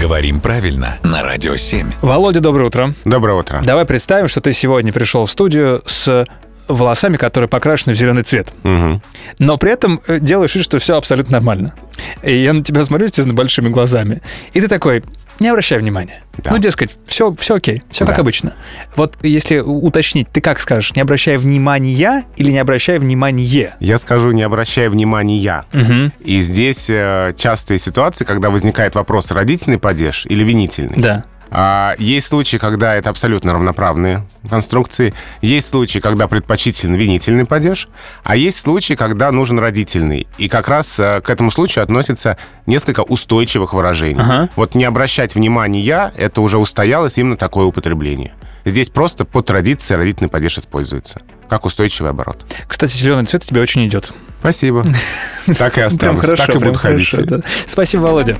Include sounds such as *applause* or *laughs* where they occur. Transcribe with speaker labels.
Speaker 1: Говорим правильно на Радио 7.
Speaker 2: Володя, доброе утро.
Speaker 3: Доброе утро.
Speaker 2: Давай представим, что ты сегодня пришел в студию с волосами, которые покрашены в зеленый цвет.
Speaker 3: Мгм.
Speaker 2: Но при этом э, делаешь вид, что все абсолютно нормально. И я на тебя смотрю, естественно, большими глазами. И ты такой, не обращай внимания.
Speaker 3: Да.
Speaker 2: Ну, дескать, все, все окей, все как
Speaker 3: Да.
Speaker 2: обычно. Вот если у- уточнить, ты как скажешь, не обращай внимания или не обращай внимания?
Speaker 3: Я скажу, не обращая внимания я.
Speaker 2: Мгм.
Speaker 3: И здесь э, частые ситуации, когда возникает вопрос, родительный падеж или винительный.
Speaker 2: Да.
Speaker 3: А, есть случаи, когда это абсолютно равноправные конструкции. Есть случаи, когда предпочтителен винительный падеж. А есть случаи, когда нужен родительный. И как раз э, к этому случаю относятся несколько устойчивых выражений.
Speaker 2: Ага.
Speaker 3: Вот не обращать внимания «я» — это уже устоялось именно такое употребление. Здесь просто по традиции родительный падеж используется. Как устойчивый оборот.
Speaker 2: Кстати, зеленый цвет тебе очень идет. *laughs*
Speaker 3: Спасибо. Так и
Speaker 2: Прям
Speaker 3: останусь.
Speaker 2: хорошо.
Speaker 3: Так и
Speaker 2: прям
Speaker 3: буду ходить.
Speaker 2: хорошо, да. Спасибо, Володя.